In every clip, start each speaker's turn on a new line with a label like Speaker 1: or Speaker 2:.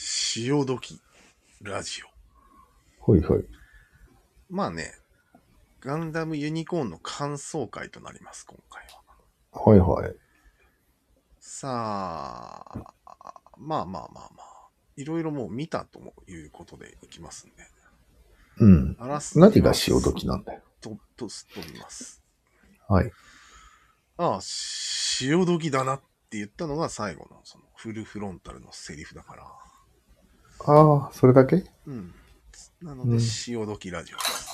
Speaker 1: 潮時ラジ
Speaker 2: はいはい。
Speaker 1: オ。まあね、ガンダムユニコーンの感想会となります、今回は。
Speaker 2: はいはい。
Speaker 1: さあ、まあまあまあまあ、いろいろもう見たということでいきますんで。
Speaker 2: うん。
Speaker 1: あらす
Speaker 2: 何が潮時なんだよ。
Speaker 1: と、と、すっと見ます。
Speaker 2: はい。
Speaker 1: ああ、潮時だなって言ったのが最後の、その、フルフロンタルのセリフだから。
Speaker 2: ああ、それだけ
Speaker 1: うん。な
Speaker 2: う
Speaker 1: ので、
Speaker 2: ん
Speaker 1: 潮時ラジオです。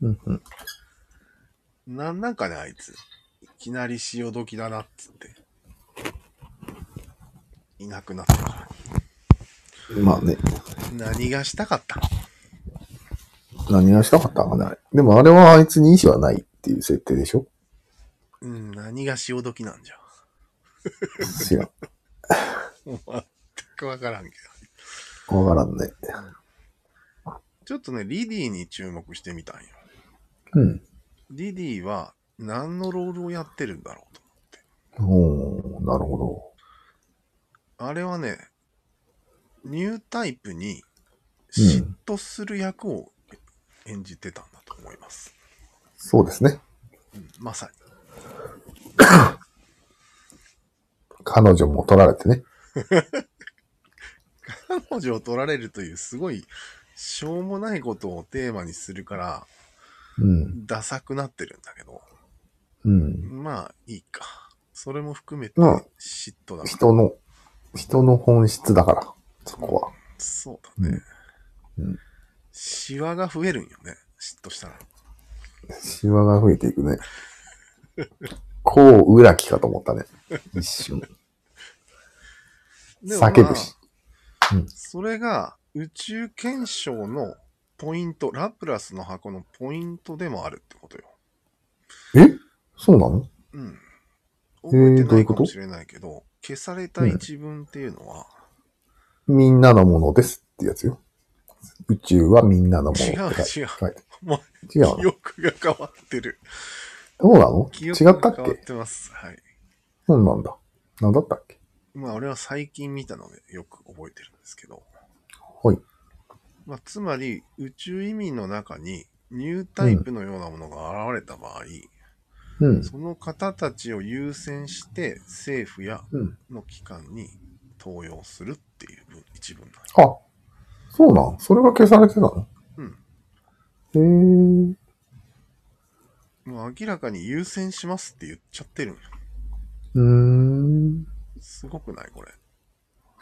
Speaker 2: うんうん。
Speaker 1: なんなんかね、あいつ。いきなり潮時だなっつって。いなくなったか
Speaker 2: まあね、
Speaker 1: ら。何がしたかった
Speaker 2: 何がしたかったのかね。でもあれはあいつに意思はないっていう設定でしょ
Speaker 1: うん、何が潮時なんじゃ。
Speaker 2: 知らん。
Speaker 1: もう全くわからんけど。
Speaker 2: わからんね。
Speaker 1: ちょっとね、リディに注目してみたんよ。
Speaker 2: うん。
Speaker 1: リディは何のロールをやってるんだろうと思って。
Speaker 2: おー、なるほ
Speaker 1: あれはね、ニュータイプに嫉妬する役を演じてたんだと思います。
Speaker 2: ど。そうですね。
Speaker 1: うん、まさに。
Speaker 2: 彼女も取られてね。
Speaker 1: 彼女を取られるというすごいしょうもないことをテーマにするから
Speaker 2: うん。
Speaker 1: ダサくなってるんだけど
Speaker 2: うん。
Speaker 1: まあいいかそれも含めて
Speaker 2: うん
Speaker 1: 嫉妬だから、
Speaker 2: 人の、人の本質だから、そこは。
Speaker 1: そうだね、
Speaker 2: うん
Speaker 1: シワが増えるんよね嫉妬したら
Speaker 2: シワが増えていくね。こう、裏木かと思ったね。一瞬。
Speaker 1: でもまあ
Speaker 2: 叫ぶし。
Speaker 1: それが宇宙検証のポイントラプラスの箱のポイントでもあるってことよ
Speaker 2: えそうなの
Speaker 1: うん
Speaker 2: ー
Speaker 1: 覚えて
Speaker 2: どう
Speaker 1: ないいう
Speaker 2: こ
Speaker 1: か
Speaker 2: と
Speaker 1: もしれないけど,、消された一文っていうのは、
Speaker 2: みんなのものですってやつよ。宇宙はみんなのものって
Speaker 1: 違う違
Speaker 2: 書いて
Speaker 1: う
Speaker 2: 書いて
Speaker 1: もう
Speaker 2: 違う
Speaker 1: 記
Speaker 2: の
Speaker 1: 憶が変わってる。
Speaker 2: そうなの
Speaker 1: 記
Speaker 2: 違
Speaker 1: 憶が
Speaker 2: ったっ
Speaker 1: 変わっ
Speaker 2: け
Speaker 1: てます。はい。
Speaker 2: そうなんだ。なんだったっけ
Speaker 1: まあ、俺は最近見たのでよく覚えてるんですけど、
Speaker 2: はい。
Speaker 1: まあ、つまり宇宙移民の中にニュータイプのようなものが現れた場合、
Speaker 2: うん。
Speaker 1: その方たちを優先して政府や
Speaker 2: うん。
Speaker 1: の機関に登用するっていう文一文なんよ
Speaker 2: あ、そうなんそれが消されてたの
Speaker 1: うん。
Speaker 2: へえ。
Speaker 1: もう明らかに優先しますって言っちゃってるんよ
Speaker 2: うーん。
Speaker 1: すごくないこれ。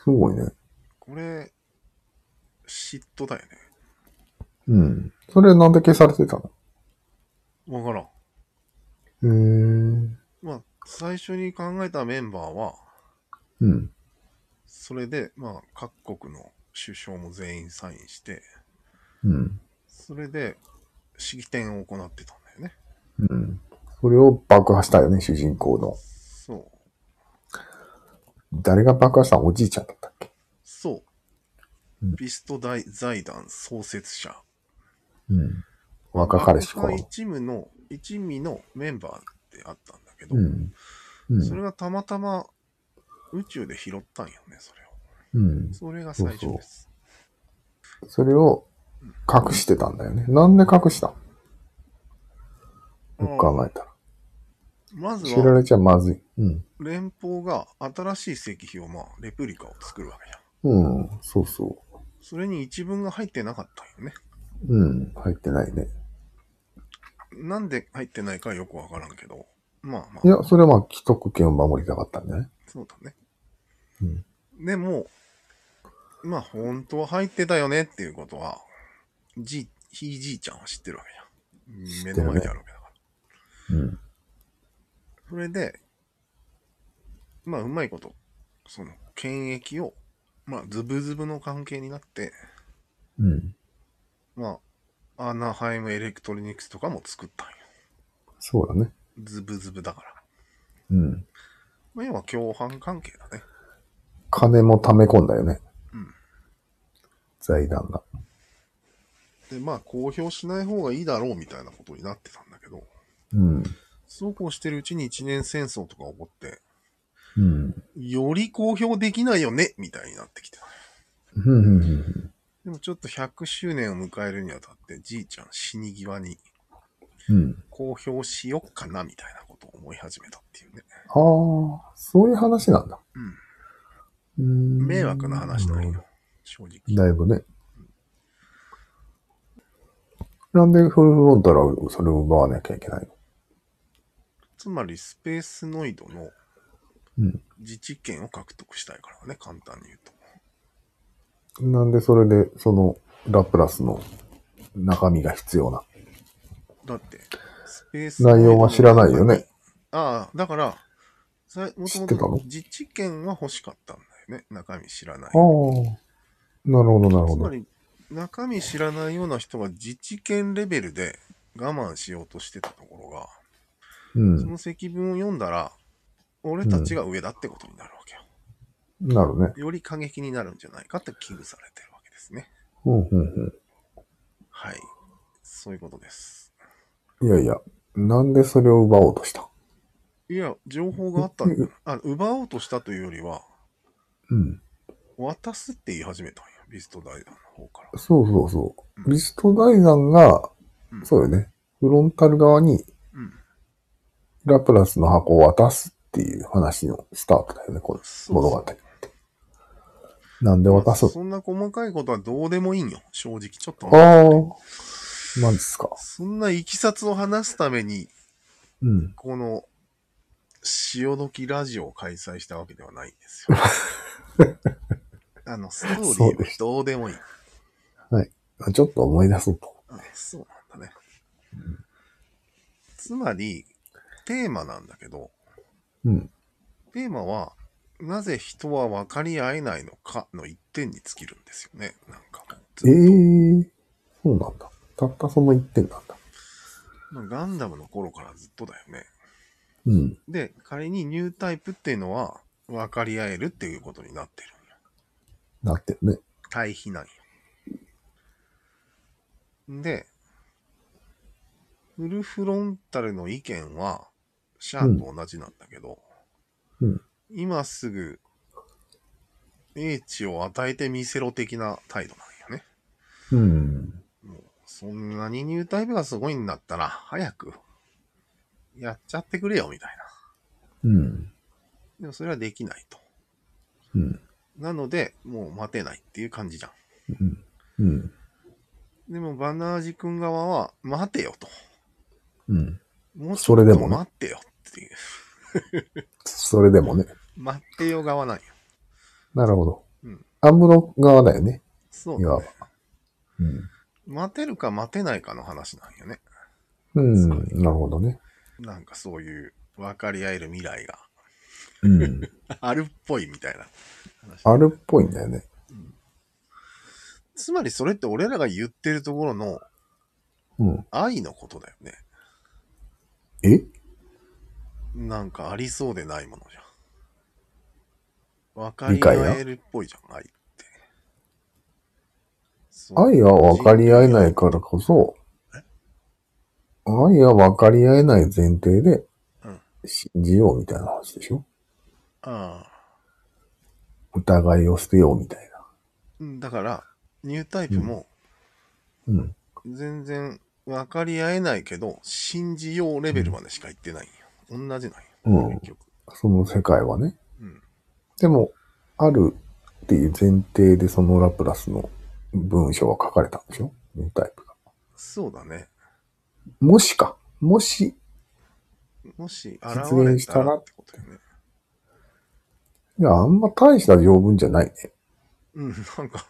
Speaker 2: すごいね。
Speaker 1: これ、嫉妬だよね。
Speaker 2: うん。それなんで消されてたの
Speaker 1: わからん。
Speaker 2: へえ。
Speaker 1: まあ、最初に考えたメンバーは、
Speaker 2: うん。
Speaker 1: それで、まあ、各国の首相も全員サインして、
Speaker 2: うん。
Speaker 1: それで、式典を行ってたんだよね。
Speaker 2: うん。それを爆破したよね、主人公の。
Speaker 1: そう。
Speaker 2: 誰が爆破したのおじいちゃんだったっけ
Speaker 1: そうう。
Speaker 2: ん
Speaker 1: ピスト大財団創設者。
Speaker 2: うん。若彼氏
Speaker 1: 爆
Speaker 2: か
Speaker 1: 破。一部の、一味のメンバーであったんだけど、
Speaker 2: うん。うん
Speaker 1: それがたまたま宇宙で拾ったんよね、それを。
Speaker 2: うん。
Speaker 1: それが最初です。
Speaker 2: それを隠してたんだよね。なんで隠したよく考えたら。
Speaker 1: まず
Speaker 2: 知ら
Speaker 1: は、
Speaker 2: れちゃまずい。うん。
Speaker 1: 連邦が新しい石碑を、まあ、レプリカを作るわけじゃん。
Speaker 2: うん、そうそ
Speaker 1: それに一文が入ってなかったんよね。
Speaker 2: う。うん、入ってないね。
Speaker 1: なんで入ってないかよくわからんけど。まあま
Speaker 2: い
Speaker 1: あ、
Speaker 2: や、それはまあ、既得権を守りたかったんじゃない
Speaker 1: そうだね。
Speaker 2: うん。
Speaker 1: でも、まあ本当は入ってたよねっていうことは、じい、ひいじいちゃんは知ってるわけじゃん。目
Speaker 2: てるね
Speaker 1: の前にあるわけだから。
Speaker 2: うん。
Speaker 1: それで、まあうまいこと、その、権益を、まあズブズブの関係になって、
Speaker 2: うん。
Speaker 1: まあ、アナハイムエレクトロニクスとかも作ったんよ。
Speaker 2: そうだね。
Speaker 1: ズブズブだから。
Speaker 2: うん。
Speaker 1: まあ要は共犯関係だね。
Speaker 2: 金も溜め込んだよね。
Speaker 1: うん。
Speaker 2: 財団が。
Speaker 1: で、まあ、公表しない方がいいだろうみたいなことになってたんだけど、
Speaker 2: うん。
Speaker 1: そうこうしてるうちに一年戦争とか起こって、
Speaker 2: うん。
Speaker 1: より公表できないよねみたいになってきてた。
Speaker 2: ううんうんうんうん
Speaker 1: でもちょっと100周年を迎えるにあたって、じいちゃん死に際に
Speaker 2: うん。
Speaker 1: 公表しよっかなみたいなことを思い始めたっていうね。
Speaker 2: ああ、そういう話なんだ。うーん
Speaker 1: 迷惑な話だよ。、正直。
Speaker 2: だいぶね。なんでフルフロンタルはそれを奪わなきゃいけないの
Speaker 1: つまりスペースノイドの
Speaker 2: うん
Speaker 1: 自治権を獲得したいからね、簡単に言うと。
Speaker 2: なんでそれで、その、ラプラスの中身が必要な。
Speaker 1: だって、スペース
Speaker 2: 内容は知らないよね。。
Speaker 1: ああ、だから、もと
Speaker 2: 知っ
Speaker 1: も
Speaker 2: てたの
Speaker 1: と自治権は欲しかったんだよね。中身知らない
Speaker 2: あ。あ。なるほど、なるほ
Speaker 1: つま
Speaker 2: ど。
Speaker 1: り、中身知らないような人は自治権レベルで我慢しようとしてたところが、
Speaker 2: う
Speaker 1: そ
Speaker 2: ん。
Speaker 1: の積分を読んだら、俺たちが上だってことになるわけよ。
Speaker 2: なるね。
Speaker 1: より過激になるんじゃないかって危惧されてるわけですね。
Speaker 2: うん、うん、
Speaker 1: はい。そういうことです。
Speaker 2: うん。いやいや、なんでそれを奪おうとした
Speaker 1: いや、情報があったんだよあ奪おうとしたというよりは、
Speaker 2: うん。
Speaker 1: 渡すって言い始めたんや。ビストダイダーの方から。
Speaker 2: そうそうそうう。ビスト大山が、
Speaker 1: うん
Speaker 2: そうよね。フロンタル側に
Speaker 1: うん。
Speaker 2: ラプラスの箱を渡すっていう話のスタートだよね、この
Speaker 1: そう
Speaker 2: 物語って。なんで渡す
Speaker 1: そんな細かいことはどうでもいいんよ。正直、ちょっと
Speaker 2: あ。あ、マジっすか。
Speaker 1: そんないきさつを話すために、
Speaker 2: うん。
Speaker 1: この、潮時ラジオを開催したわけではないんです よ。あの、ストーリ
Speaker 2: そう
Speaker 1: ー
Speaker 2: で
Speaker 1: は
Speaker 2: し
Speaker 1: どうでもいい。
Speaker 2: ちょっと思い出そうと。
Speaker 1: あそうなんだね。つまり、テーマなんだけど、
Speaker 2: うん。
Speaker 1: テーマは、なぜ人は分かり合えないのかの一点に尽きるんですよね。なんかもうずっと
Speaker 2: ええー、そうなんだ。たったその一点なんだ。
Speaker 1: まあガンダムの頃からずっとだよね。
Speaker 2: うん。
Speaker 1: で、仮にニュータイプっていうのは分かり合えるっていうことになってるんよ。
Speaker 2: なってるね。
Speaker 1: 対比なんよ。で、フルフロンタルの意見は、シャーと同じなんだけど、
Speaker 2: うん。
Speaker 1: 今すぐ、英知を与えてみせろ的な態度なんよね。
Speaker 2: うん。
Speaker 1: もう、そんなにニュータイプがすごいんだったら、早く、やっちゃってくれよ、みたいな。
Speaker 2: うん。
Speaker 1: でもそれはできないと。
Speaker 2: うん。
Speaker 1: なので、もう待てないっていう感じじゃん。
Speaker 2: うん。うん。
Speaker 1: でも、バナージ君側は、待てよと。
Speaker 2: うん。
Speaker 1: もうち
Speaker 2: そ
Speaker 1: ょ
Speaker 2: れ
Speaker 1: っ
Speaker 2: で
Speaker 1: と
Speaker 2: もね
Speaker 1: 待ってよっていう。
Speaker 2: それでもね。
Speaker 1: 待ってよ側なんよ。
Speaker 2: なるほど。
Speaker 1: うん
Speaker 2: アムロ側だよね。
Speaker 1: そう
Speaker 2: い
Speaker 1: だ
Speaker 2: わ
Speaker 1: ね、
Speaker 2: ば。うん。
Speaker 1: 待てるか待てないかの話なんよね。
Speaker 2: うん。なるほどね。
Speaker 1: なんかそういう、分かり合える未来が
Speaker 2: うん。
Speaker 1: あるっぽいみたいな話。
Speaker 2: あるっぽいんだよね。
Speaker 1: つまりそれって俺らが言ってるところの
Speaker 2: うん。
Speaker 1: 愛のことだよね。
Speaker 2: え
Speaker 1: なんかありそうでないものじゃん。分かり合えるっぽいじゃん、愛って。そう
Speaker 2: 愛は分かり合えないからこそ、愛は分かり合えない前提で
Speaker 1: うん、
Speaker 2: 信じようみたいな話でしょ
Speaker 1: ああ
Speaker 2: 疑いを捨てようみたいな。
Speaker 1: うんだから、ニュータイプも
Speaker 2: うん。
Speaker 1: 全然分かり合えないけど、信じようレベルまでしか言ってないんよ。同じなんよ、
Speaker 2: うん
Speaker 1: 結局。
Speaker 2: その世界はね。
Speaker 1: うん。
Speaker 2: でも、あるっていう前提でそのラプラスの文章は書かれたんでしょニュータイプが。
Speaker 1: そうだね。
Speaker 2: もしか。もし、
Speaker 1: もし、現
Speaker 2: 実
Speaker 1: れ
Speaker 2: 現した
Speaker 1: た
Speaker 2: ら
Speaker 1: らってことよね。
Speaker 2: いや、あんま大した条文じゃないね。
Speaker 1: うん、なんか、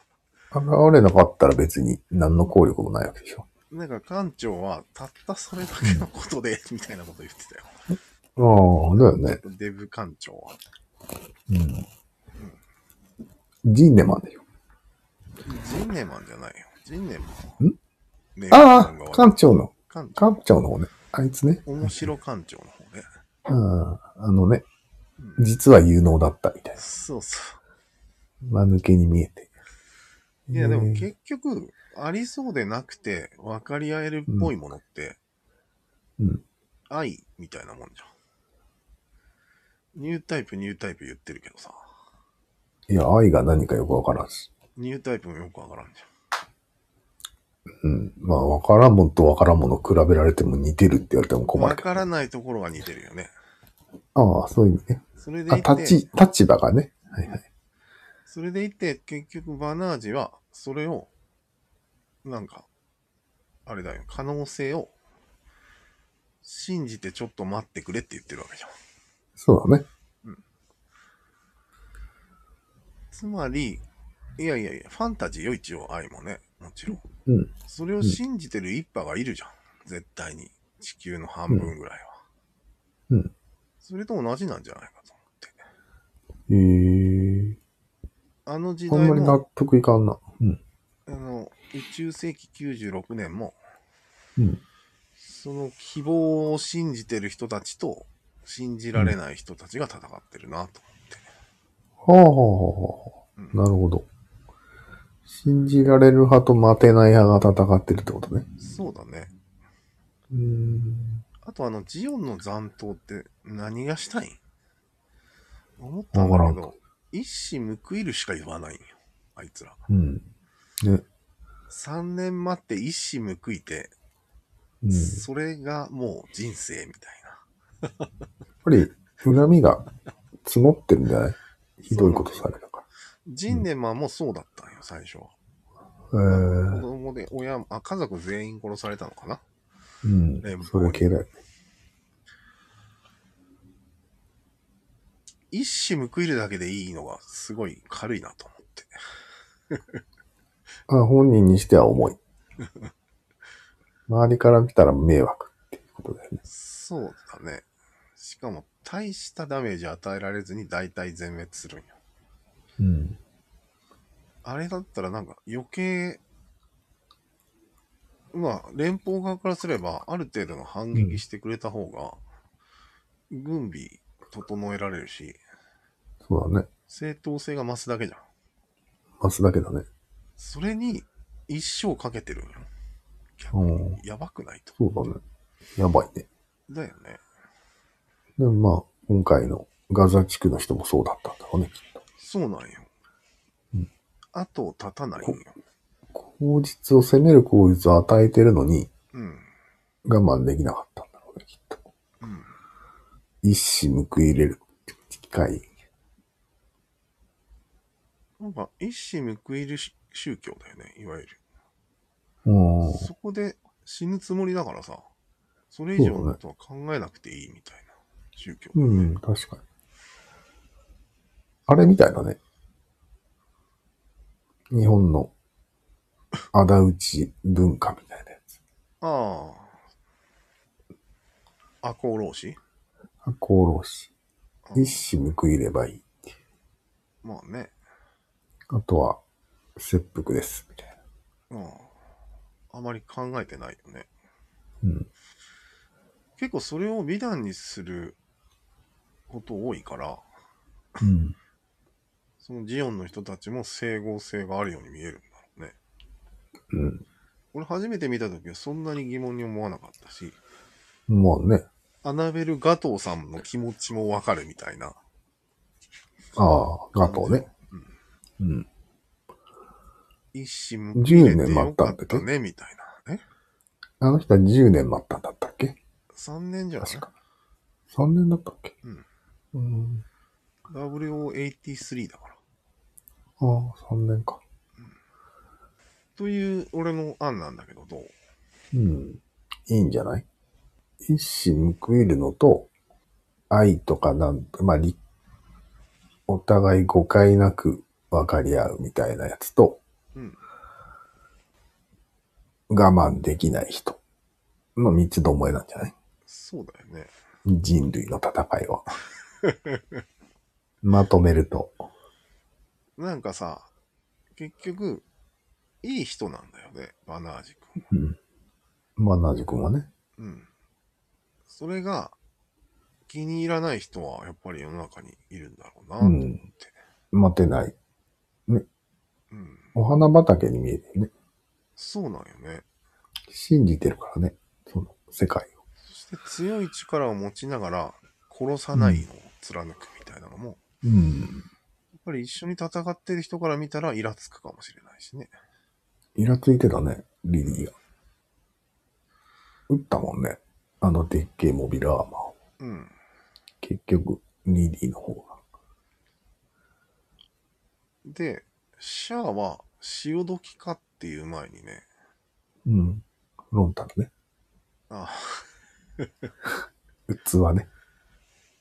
Speaker 2: 現れなかったら別に何の効力もないわけでしょ。
Speaker 1: なんか館長は、たったそれだけのことで、みたいなこと言ってたよ。
Speaker 2: ああ、だよね。
Speaker 1: デブ館長は。
Speaker 2: うん。ジンネマンだよ。
Speaker 1: ジンネマンじゃないよ。ジンネマン
Speaker 2: ん
Speaker 1: ね
Speaker 2: ああ、
Speaker 1: 館
Speaker 2: 館長の、
Speaker 1: 長。
Speaker 2: 館長の方ね。あいつね。
Speaker 1: 面白館長の方ね。
Speaker 2: うん。あのね、
Speaker 1: うん
Speaker 2: 実は有能だったみたいな。
Speaker 1: そうそ
Speaker 2: 間抜けに見えて。
Speaker 1: う。いや、でも
Speaker 2: えー
Speaker 1: 結局、ありそうでなくて、分かり合えるっぽいものって、
Speaker 2: うん。
Speaker 1: 愛みたいなもんじゃん。ニュータイプ、ニュータイプ言ってるけどさ。
Speaker 2: いや、愛が何かよくわからんし。
Speaker 1: ニュータイプもよくわからんじ
Speaker 2: うん。まあ、わからんもんとわからんもの比べられても似てるって言われても
Speaker 1: ゃん。
Speaker 2: 困
Speaker 1: わ
Speaker 2: るけど。
Speaker 1: からないところが似てるよね。
Speaker 2: ああ、そういう意味ね。
Speaker 1: それでい
Speaker 2: あ、
Speaker 1: て、
Speaker 2: 立ち、立場がね。はいはい。
Speaker 1: それでいて、結局バナージは、それを、なんか、あれだよ、可能性を、信じてちょっと待ってくれって言ってるわけじゃん。
Speaker 2: そうだね。
Speaker 1: つまり、いやいやいや、ファンタジーよ、一応、愛もね、もちろん。
Speaker 2: うん。
Speaker 1: それを信じてる一派がいるじゃん。絶対に。地球の半分ぐらいは。
Speaker 2: うん。
Speaker 1: それと同じなんじゃないかと思って。
Speaker 2: ええ
Speaker 1: あの時
Speaker 2: あん
Speaker 1: 代
Speaker 2: まり納
Speaker 1: の
Speaker 2: 得いかんな。うん。
Speaker 1: あの宇宙世紀96年も、
Speaker 2: うん。
Speaker 1: その希望を信じてる人たちと、信じられない人たちが戦ってるなと
Speaker 2: はあはあはあはあ。
Speaker 1: 思って。うん
Speaker 2: なるほど。信じられる派と待てない派が戦ってるってことね。
Speaker 1: そうだね。
Speaker 2: うーん。
Speaker 1: あとあの、ジオンの残党って何がしたいん思ったんだ
Speaker 2: わ
Speaker 1: け
Speaker 2: から
Speaker 1: ど、一矢報いるしか言わないんよ。あいつら。
Speaker 2: うん。ね。
Speaker 1: 3年待って一矢報いて、
Speaker 2: うん。やっ
Speaker 1: それがもう人生みたいな。
Speaker 2: ぱり、恨みが募ってるんじゃないひどいことされたか
Speaker 1: ジンネマもそうだったんよ、最初は。子
Speaker 2: ら。ええ
Speaker 1: 供で親も、あ、家族全員殺されたのかな
Speaker 2: うん。それ系だよね。
Speaker 1: 一矢報いるだけでいいのがすごい軽いなと思って。
Speaker 2: あ、本人にしては重い。周りから見たら迷惑っていうことだよね。
Speaker 1: そうだね。しかも、大したダメージ与えられずに大体全滅するんよ。
Speaker 2: うん。
Speaker 1: あれだったらなんか余計、まあ、連邦側からすれば、ある程度の反撃してくれた方が、軍備整えられるし、
Speaker 2: そうだね。
Speaker 1: 正当性が増すだけじゃん。
Speaker 2: マスだけだね。
Speaker 1: それに一生かけてるんよ。
Speaker 2: うん。
Speaker 1: やばくないと。
Speaker 2: そうだね。やばいね。
Speaker 1: だよね。
Speaker 2: でもまあ、今回のガザ地区の人もそうだったんだろうね、きっと。
Speaker 1: そうなんよ。後を絶たないんよ。
Speaker 2: 口実を責める口実を与えてるのに
Speaker 1: うん。
Speaker 2: 我慢できなかったんだろうね、きっと。
Speaker 1: うん。
Speaker 2: 一矢報いれる機会。
Speaker 1: なんか、一矢報いるし宗教だよね、いわゆる。
Speaker 2: うん。
Speaker 1: そこで死ぬつもりだからさ、それ以上のことは考えなくていいみたいな宗教。
Speaker 2: うん、確かに。あれみたいだね。日本の仇討ち文化みたいなやつ。
Speaker 1: ああ。赤穂浪士
Speaker 2: 赤穂浪士。一矢報いればいい。
Speaker 1: まあね。
Speaker 2: あとは、切腹です。みたい
Speaker 1: う
Speaker 2: な。
Speaker 1: ん。あまり考えてないよね。
Speaker 2: うん。
Speaker 1: 結構それを美談にすること多いから、
Speaker 2: うん。
Speaker 1: そのジオンの人たちも整合性があるように見えるんだろうね。
Speaker 2: うん。
Speaker 1: 俺初めて見た時はそんなに疑問に思わなかったし、
Speaker 2: まあね。
Speaker 1: アナベル・ガトーさんの気持ちもわかるみたいな。
Speaker 2: ああ、ガトーね。うん。
Speaker 1: 一矢報いれてよかったね、みたいな。え
Speaker 2: あの人は10年待ったんだったっけ
Speaker 1: ?3 年じゃない
Speaker 2: 確か。3年だったっけ
Speaker 1: うん。
Speaker 2: うん。
Speaker 1: ?WO83 だから。
Speaker 2: ああ、3年か。
Speaker 1: という俺の案なんだけど、どう
Speaker 2: うん。いいんじゃない一矢報いるのと、愛とかなんと、まあ、りお互い誤解なく分かり合うみたいなやつと、
Speaker 1: うん。
Speaker 2: 我慢できない人の三つどもえなんじゃない
Speaker 1: そうだよね。
Speaker 2: 人類の戦い は。まとめると。
Speaker 1: なんかさ、結局、いい人なんだよね、バナージ君。
Speaker 2: うん。まあ、なじくんはね。
Speaker 1: うん。それが、気に入らない人はやっぱり世の中にいるんだろうな、と思って。
Speaker 2: 待てない。
Speaker 1: うん。
Speaker 2: お花畑に見えてるね。
Speaker 1: そうなんよね。
Speaker 2: 信じてるからね。その世界を。
Speaker 1: そして強い力を持ちながら、殺さないのを貫くみたいなのも、
Speaker 2: うん。
Speaker 1: ぱり一緒に戦ってる人から見たらイラつくかもしれないしね。
Speaker 2: イラついてたね、リリーが。撃ったもんね。あのでっけえモビルアーマーを。
Speaker 1: うん。
Speaker 2: 結局、リリーの方が。
Speaker 1: で、シャアは潮時かっていう前にね、
Speaker 2: うん。ロンタルね。
Speaker 1: あ
Speaker 2: 器ね。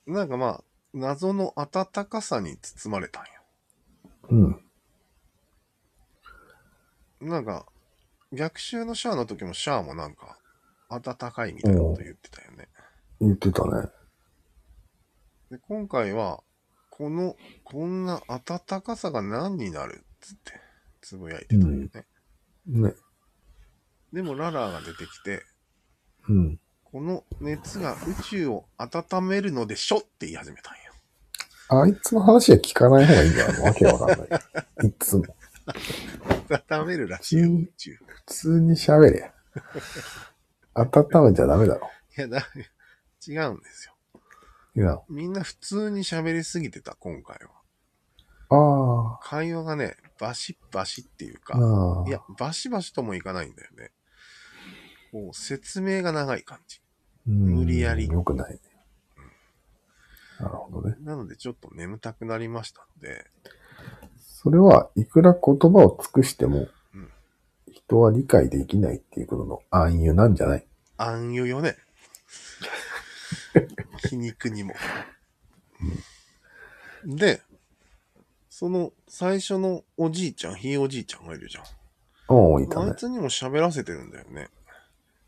Speaker 1: なんかまあ、謎の温かさに包まれたんよ。
Speaker 2: うん。
Speaker 1: なんか、逆襲のシャアの時もシャアもなんか、温かいみたいなこと言ってたよね。
Speaker 2: 言ってたね。
Speaker 1: で、今回は、この、こんな温かさが何になるっつって、つぶやいてたよね。
Speaker 2: ね。
Speaker 1: でも、ララーが出てきて、
Speaker 2: うん。
Speaker 1: この熱が宇宙を温めるのでしょって言い始めたんよ。
Speaker 2: あいつの話は聞かない方がいいんじゃない のわけわかんない。いつも。
Speaker 1: 温めるらしいよ、宇宙。い
Speaker 2: 普通に喋れや。温めちゃダメだろ。
Speaker 1: や、だ、違うんですよ。
Speaker 2: いや、あ
Speaker 1: みんな普通に喋りすぎてた、今回は。
Speaker 2: あ
Speaker 1: 会話がね、バシッバシっていうか、
Speaker 2: ああ。
Speaker 1: いや、バシバシともいかないんだよね。こう、説明が長い感じ。
Speaker 2: うん、
Speaker 1: 無理やり
Speaker 2: よくないね。なるほどね。
Speaker 1: なので、ちょっと眠たくなりましたので、
Speaker 2: それはいくら言葉を尽くしても
Speaker 1: うん、
Speaker 2: 人は理解できないっていうことの暗喩なんじゃない
Speaker 1: 暗喩よね。皮肉にも。で、その最初のおじいちゃん、ひいおじいちゃんがいるじゃん。
Speaker 2: おお、いた
Speaker 1: あ
Speaker 2: ね
Speaker 1: い。つにも喋らせてるんだよね。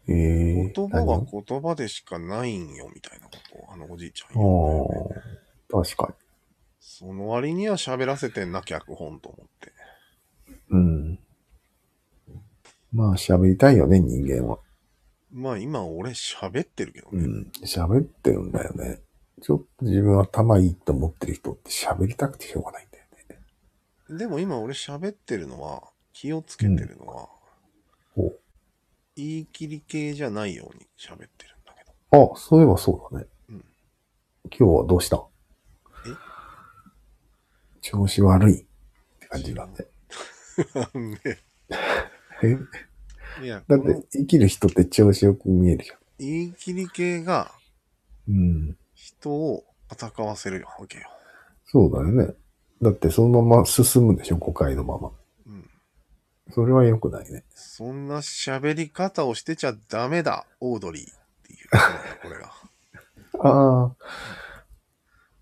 Speaker 2: ええ
Speaker 1: 言葉は言葉でしかないんよ、みたいなことを、あのおじいちゃん言うんだよね。
Speaker 2: ああ、確か
Speaker 1: その割には喋らせてんな、脚本と思って。
Speaker 2: に。うん。まあ、喋りたいよね、人間は。
Speaker 1: まあ今俺喋ってるけど
Speaker 2: う
Speaker 1: ね。
Speaker 2: ん。喋ってるんだよね。ちょっと自分は頭いいと思ってる人って喋りたくてしょうがないんだよね。
Speaker 1: でも今俺喋ってるのは、気をつけてるのは、
Speaker 2: うんお
Speaker 1: 言い切り系じゃないように喋ってるんだけど。
Speaker 2: あ、そういえばそうだね。
Speaker 1: うん
Speaker 2: 今日はどうした
Speaker 1: え
Speaker 2: 調子悪いって感じだね。
Speaker 1: なんで
Speaker 2: え
Speaker 1: いや、
Speaker 2: だっ
Speaker 1: この
Speaker 2: て生きる人って調子よく見えるじゃ
Speaker 1: 言い切り系が
Speaker 2: ん。うん。
Speaker 1: 人を戦わせるわけよ。
Speaker 2: そうだよね。だってそのまま進むでしょ、誤解のまま。
Speaker 1: うん。
Speaker 2: それは良くないね。
Speaker 1: そんな喋り方をしてちゃダメだ、オードリーっていうことなんだ。これが。
Speaker 2: ああ。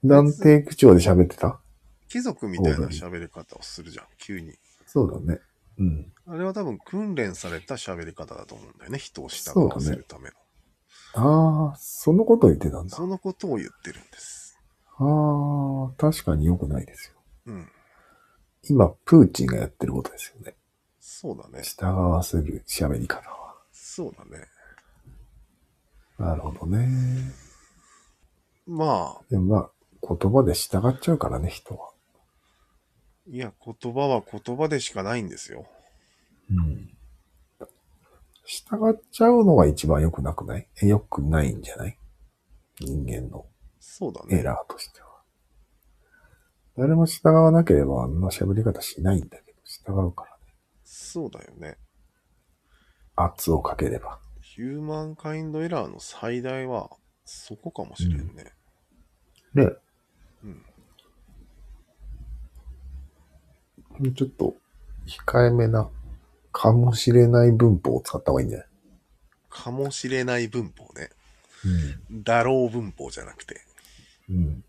Speaker 2: 断定口調で喋ってた
Speaker 1: 貴族みたいな喋り方をするじゃん、急に。
Speaker 2: そうだね。うん。
Speaker 1: あれは多分訓練された喋り方だと思うんだよね、人を従わせるための。
Speaker 2: ああ、そのこと言ってたんだ。
Speaker 1: そのことを言ってるんです。
Speaker 2: ああ、確かに良くないですよ。
Speaker 1: うん。
Speaker 2: 今、プーチンがやってることですよね。
Speaker 1: そうだね。
Speaker 2: 従わせる喋り方は。
Speaker 1: そうだね。
Speaker 2: なるほどね。
Speaker 1: まあ、
Speaker 2: でもまあ、言葉で従っちゃうからね、人は。
Speaker 1: いや、言葉は言葉でしかないんですよ。
Speaker 2: うん。従っちゃうのが一番良くなくないえ良くないんじゃない人間の
Speaker 1: そうだ
Speaker 2: エ
Speaker 1: ね。
Speaker 2: ラーとしては。誰も従わなければあんな喋り方しないんだけど、従うからね。
Speaker 1: そうだよね。
Speaker 2: 圧をかければ。
Speaker 1: ヒューマンカインドエラーの最大は、そこかもしれんね。
Speaker 2: ね。
Speaker 1: うん。
Speaker 2: ちょっと、控えめな、かもしれない文法を使った方がいいんじゃない
Speaker 1: かもしれない文法ね。
Speaker 2: うん。
Speaker 1: だろう文法じゃなくて。
Speaker 2: うん。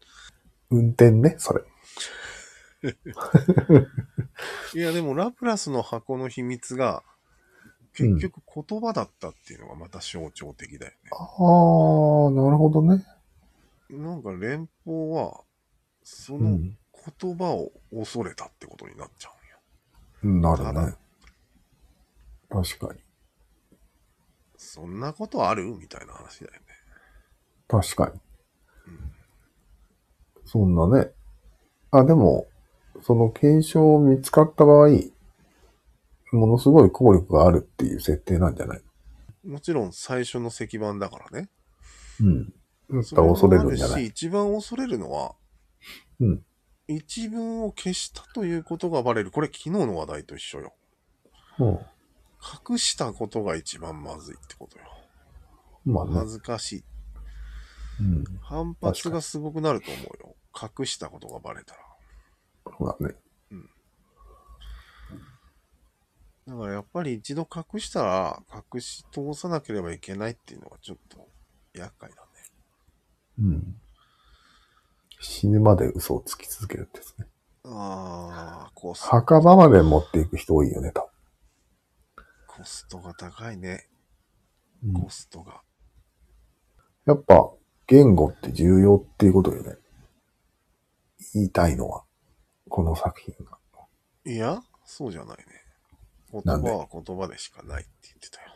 Speaker 2: 運転ね、それ。
Speaker 1: いや、でもラプラスの箱の秘密が、結局言葉だったっていうのがまた象徴的だよね。
Speaker 2: ああ、なるほどね。
Speaker 1: なんか連邦は、そうの
Speaker 2: ん。
Speaker 1: 言葉を恐れたってことになっちゃうんよ。
Speaker 2: なる
Speaker 1: た
Speaker 2: ね
Speaker 1: だ。
Speaker 2: 確かに。
Speaker 1: そんなことあるみたいな話だよね。
Speaker 2: 確かに。そんなね。あ、でも、その検証を見つかった場合、ものすごい効力があるっていう設定なんじゃない
Speaker 1: もちろん最初の石板だからね。
Speaker 2: うん。だったら恐れるんじゃ
Speaker 1: そもあ
Speaker 2: な
Speaker 1: し
Speaker 2: い
Speaker 1: 一番恐れるのは、
Speaker 2: うん
Speaker 1: 一文を消したということがバレる。これ昨日の話題と一緒よ。
Speaker 2: うん。
Speaker 1: 隠したことが一番まずいってことよ。
Speaker 2: まあね。
Speaker 1: 恥ずかしい。
Speaker 2: うん。
Speaker 1: 反発がすごくなると思うよ。隠したことがバレたら。
Speaker 2: そうだね。
Speaker 1: だからやっぱり一度隠したら、隠し通さなければいけないっていうのがちょっと厄介だね。
Speaker 2: うん。死ぬまで嘘をつき続けるってやつね。
Speaker 1: ああ、コス
Speaker 2: 墓場まで持っていく人多いよね、多
Speaker 1: コストが高いね。
Speaker 2: 分。
Speaker 1: コストが。
Speaker 2: やっぱ、言語って重要っていうことよね。言いたいのは、この作品が。
Speaker 1: いや、そうじゃないね。言
Speaker 2: なんで
Speaker 1: 葉は言葉でしかないって言ってたよ。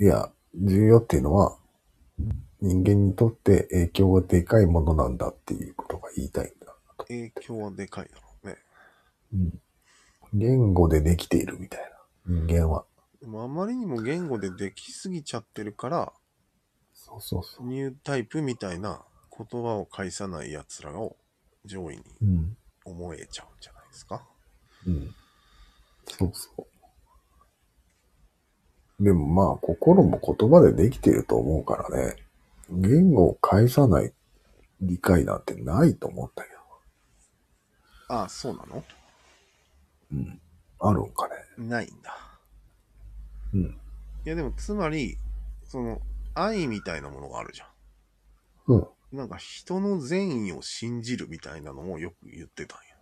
Speaker 2: いや、重要っていうのは、人間にとって影響がでかいものなんだっていうことが言いたいんだなと。
Speaker 1: 影響はでかいだろうね。
Speaker 2: うん。言語でできているみたいな。人間は。
Speaker 1: でもあまりにも言語でできすぎちゃってるから、
Speaker 2: そうそうそう。
Speaker 1: ニュータイプみたいな言葉を介さない奴らを上位に
Speaker 2: うん。
Speaker 1: 思えちゃうんじゃないですか。
Speaker 2: うん。そうそう。でもまあ、心も言葉でできていると思うからね。言語を介さない理解なんてないと思ったけ
Speaker 1: ああ、そうなの
Speaker 2: ど。うん。あるんかね。
Speaker 1: ないんだ。
Speaker 2: うん。
Speaker 1: いやでもつまり、その愛みたいなものがあるじゃ
Speaker 2: うん。
Speaker 1: ん。なんか人の善意を信じるみたいなのもよく言ってたんや。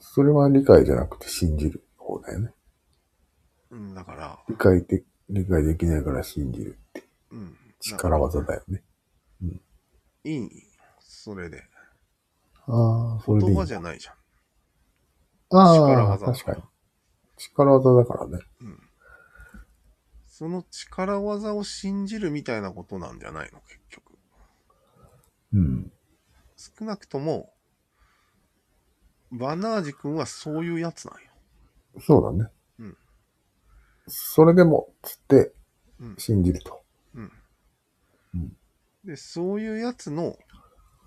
Speaker 2: それは理解じゃなくて信じる方だよね。
Speaker 1: うん、だから、
Speaker 2: 理解で、理解できないから信じるって
Speaker 1: うん。
Speaker 2: 力技だよね。
Speaker 1: いい。それで。
Speaker 2: ああ、それでい
Speaker 1: 言
Speaker 2: い。
Speaker 1: 葉じゃないじゃん。力
Speaker 2: ああ、
Speaker 1: 技だ
Speaker 2: 確かに。力技だからね。
Speaker 1: うん。その力技を信じるみたいなことなんじゃないの、結局。
Speaker 2: うん。
Speaker 1: 少なくとも、バナージ君はそういうやつなんよ。
Speaker 2: そうだね。
Speaker 1: うん。
Speaker 2: それでも、つって、
Speaker 1: うん。
Speaker 2: 信じると。
Speaker 1: うん
Speaker 2: うん
Speaker 1: で、そういうやつの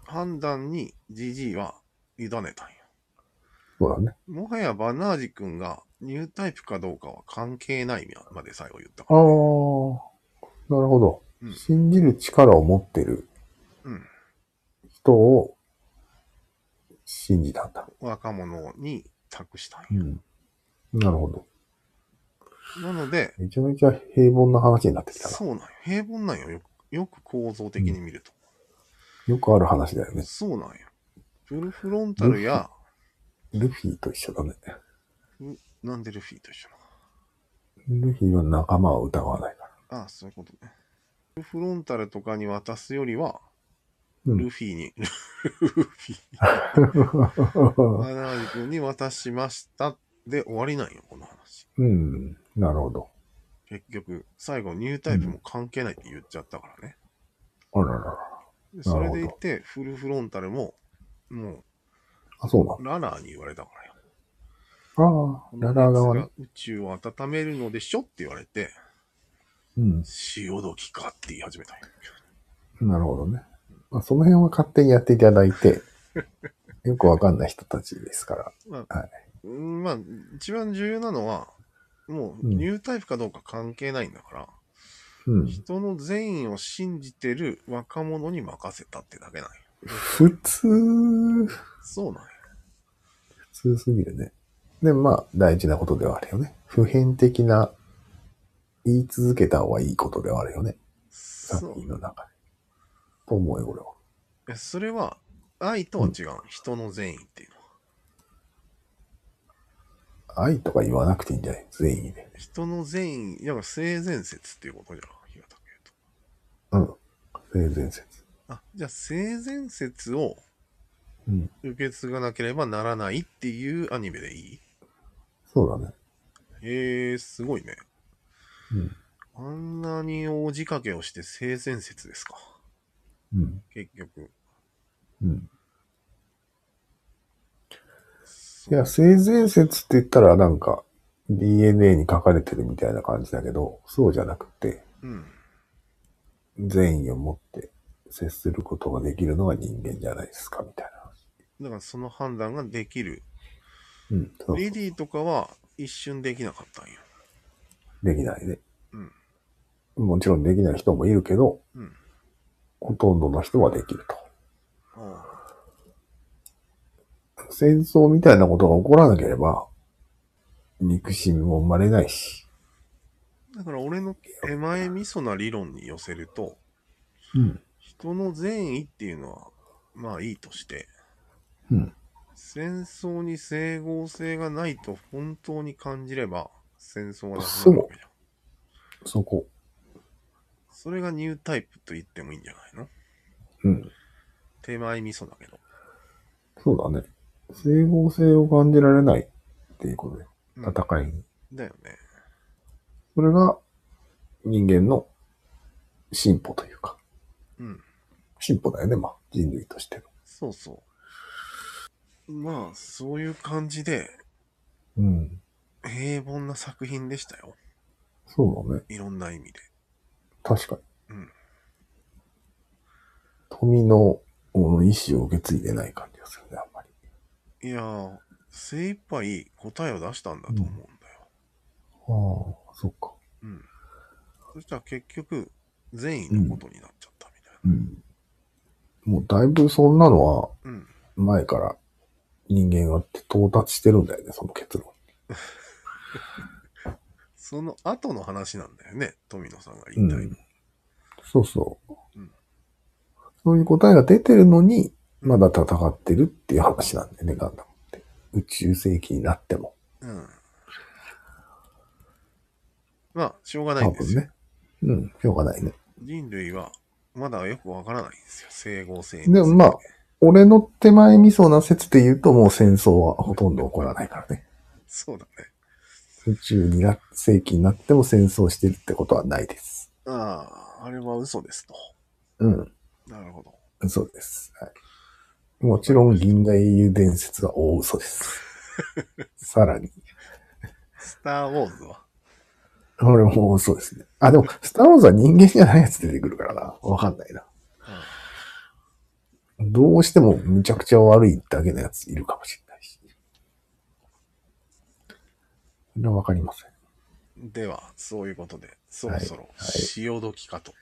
Speaker 1: 判断にジジイは委ねたんよ。
Speaker 2: そうだね。
Speaker 1: もはやバナージ君がニュータイプかどうかは関係ないまで最後言った
Speaker 2: あ
Speaker 1: か
Speaker 2: あ、
Speaker 1: ら。
Speaker 2: なるほど、
Speaker 1: うん
Speaker 2: 信じる力を持ってる
Speaker 1: うん。
Speaker 2: 人を信じたんだ。
Speaker 1: 若者に託したんよ。
Speaker 2: ん。なるほど。
Speaker 1: なので、
Speaker 2: めちゃめちゃ平凡な話になってきたな。
Speaker 1: そうなんよ。平凡なんよ。よくよく構造的に見ると。
Speaker 2: よくある話だよね。
Speaker 1: そうなんよ。フルフロンタルや、
Speaker 2: ルフィと一緒だね。
Speaker 1: なんでルフィと一緒な
Speaker 2: ルフィは仲間を疑わないから。
Speaker 1: のああ、そういうことね。フルフロンタルとかに渡すよりは、
Speaker 2: うん
Speaker 1: ルフィに、ルフィ バナージ君に渡しましたで終わりなんよ、この話。
Speaker 2: うん。なるほど。
Speaker 1: 結局、最後、ニュータイプも関係ないって言っちゃったからね。
Speaker 2: あららら。
Speaker 1: でそれ
Speaker 2: な
Speaker 1: でい
Speaker 2: るほど
Speaker 1: て、フルフロンタルも、も
Speaker 2: あ、そうなん
Speaker 1: う、ララーに言われたからよ。
Speaker 2: だ。ああ、ララー側ね。
Speaker 1: この熱が宇宙を温めるのでしょって言われて、
Speaker 2: うん。
Speaker 1: 潮時かって言い始めたんよ。
Speaker 2: なるほどね。まあ、その辺は勝手にやっていただ いて、よくわかんない人たちですから。
Speaker 1: まあ、
Speaker 2: はい
Speaker 1: うんまあ、一番重要なのは、もう、
Speaker 2: うん
Speaker 1: ニュータイプかどうか関係ないんだから、
Speaker 2: うん。
Speaker 1: 人の善意を信じてる若者に任せたってだけなんよ。
Speaker 2: 普通、普
Speaker 1: そうなんよ。
Speaker 2: 通すぎるね。でもまあ、大事なことではあるよね。普遍的な、言い続けた方がいいことではあるよね。
Speaker 1: そ
Speaker 2: 作
Speaker 1: う
Speaker 2: 品の中で。と思うよ、俺は。
Speaker 1: えそれは愛とは違う、人の善意っていうのは
Speaker 2: 愛とか言わなくていいんじゃない善意で。
Speaker 1: 人の善意いや性善説っていうことじゃん平たく言う
Speaker 2: うん。性善説。
Speaker 1: とあじゃあ性善説を
Speaker 2: うん。
Speaker 1: 受け継がなければならないっていうアニメでいい
Speaker 2: そうだね。
Speaker 1: へえすごいね
Speaker 2: うん。
Speaker 1: あんなに大仕掛けをして性善説ですか
Speaker 2: うん。
Speaker 1: 結局
Speaker 2: うん。い
Speaker 1: そう
Speaker 2: や、性善説って言ったらなんか DNA に書かれてるみたいな感じだけど、そうじゃなくて、
Speaker 1: うん
Speaker 2: 善意を持って接することができるのが人間じゃないですか、みたいな話。
Speaker 1: だからその判断ができる。
Speaker 2: うん。そう
Speaker 1: レディーとかは一瞬できなかったんよ。
Speaker 2: できないね。
Speaker 1: うん
Speaker 2: もちろんできない人もいるけど、
Speaker 1: うん。
Speaker 2: ほとんどの人はできると。
Speaker 1: あ
Speaker 2: 戦争みたいなことが起こらなければ、憎しみも生まれないし。
Speaker 1: あだから俺の手前味噌な理論に寄せると、
Speaker 2: うん。
Speaker 1: 人の善意っていうのは、まあいいとして、
Speaker 2: うん。
Speaker 1: 戦争に整合性がないと本当に感じれば、戦争はなくなるわけじゃん。
Speaker 2: そこ。
Speaker 1: それがニュータイプと言ってもいいんじゃないの
Speaker 2: うん。
Speaker 1: 手前味噌だけど。
Speaker 2: そうだね。整合性を感じられないっていうことで、
Speaker 1: うん
Speaker 2: 戦いに。
Speaker 1: だよね。
Speaker 2: それが人間の進歩というか、
Speaker 1: うん。
Speaker 2: 進歩だよね、まあ、人類としての。
Speaker 1: そうそう。まあ、そういう感じで、
Speaker 2: うん。
Speaker 1: 平凡な作品でしたよ。
Speaker 2: そうだね。
Speaker 1: いろんな意味で。
Speaker 2: 確かに。
Speaker 1: うん
Speaker 2: 富のこの意思を受け継いでない感じがするね、あんまり。
Speaker 1: いやー、精一杯答えを出したんだと思うんだよ。
Speaker 2: ああ、そっか。
Speaker 1: うん。そしたら結局、善意のことになっちゃったみたい
Speaker 2: うん。もうだいぶそんなのは
Speaker 1: な。うん。
Speaker 2: 前から人間が到達してるんだよね、その結論。
Speaker 1: その後の話なんだよね、富野さんが言いたいの。
Speaker 2: うんそうそう。
Speaker 1: うん
Speaker 2: そういう答えが出てるのに、まだ戦ってるっていう話なんだよね、ガンダムって。宇宙世紀になっても。
Speaker 1: うん。まあ、しょうがない
Speaker 2: 多
Speaker 1: んです
Speaker 2: 分
Speaker 1: よ。
Speaker 2: ね。うん、しょうがないね。
Speaker 1: 人類は、まだよくわからないんですよ。整合性について
Speaker 2: でもまあ、俺の手前味噌な説で言うともう戦争はほとんど起こらないからね。
Speaker 1: そうだね。
Speaker 2: 宇宙にな、世紀になっても戦争してるってことはないです。
Speaker 1: ああ、あれは嘘ですと。
Speaker 2: うん。
Speaker 1: なるほど。
Speaker 2: 嘘です。はい。もちろん、銀河英雄伝説は大嘘 です。さらに。
Speaker 1: スター・ウォーズは。
Speaker 2: 俺も大嘘ですね。あ、でも、スターウォーズは人間じゃないやつ出てくるからな。わかんないな。どうしてもむちゃくちゃ悪いだけのやついるかもしれないし。それはわかりません。
Speaker 1: では、そういうことで、そろそろ
Speaker 2: はいはい
Speaker 1: 潮時かと。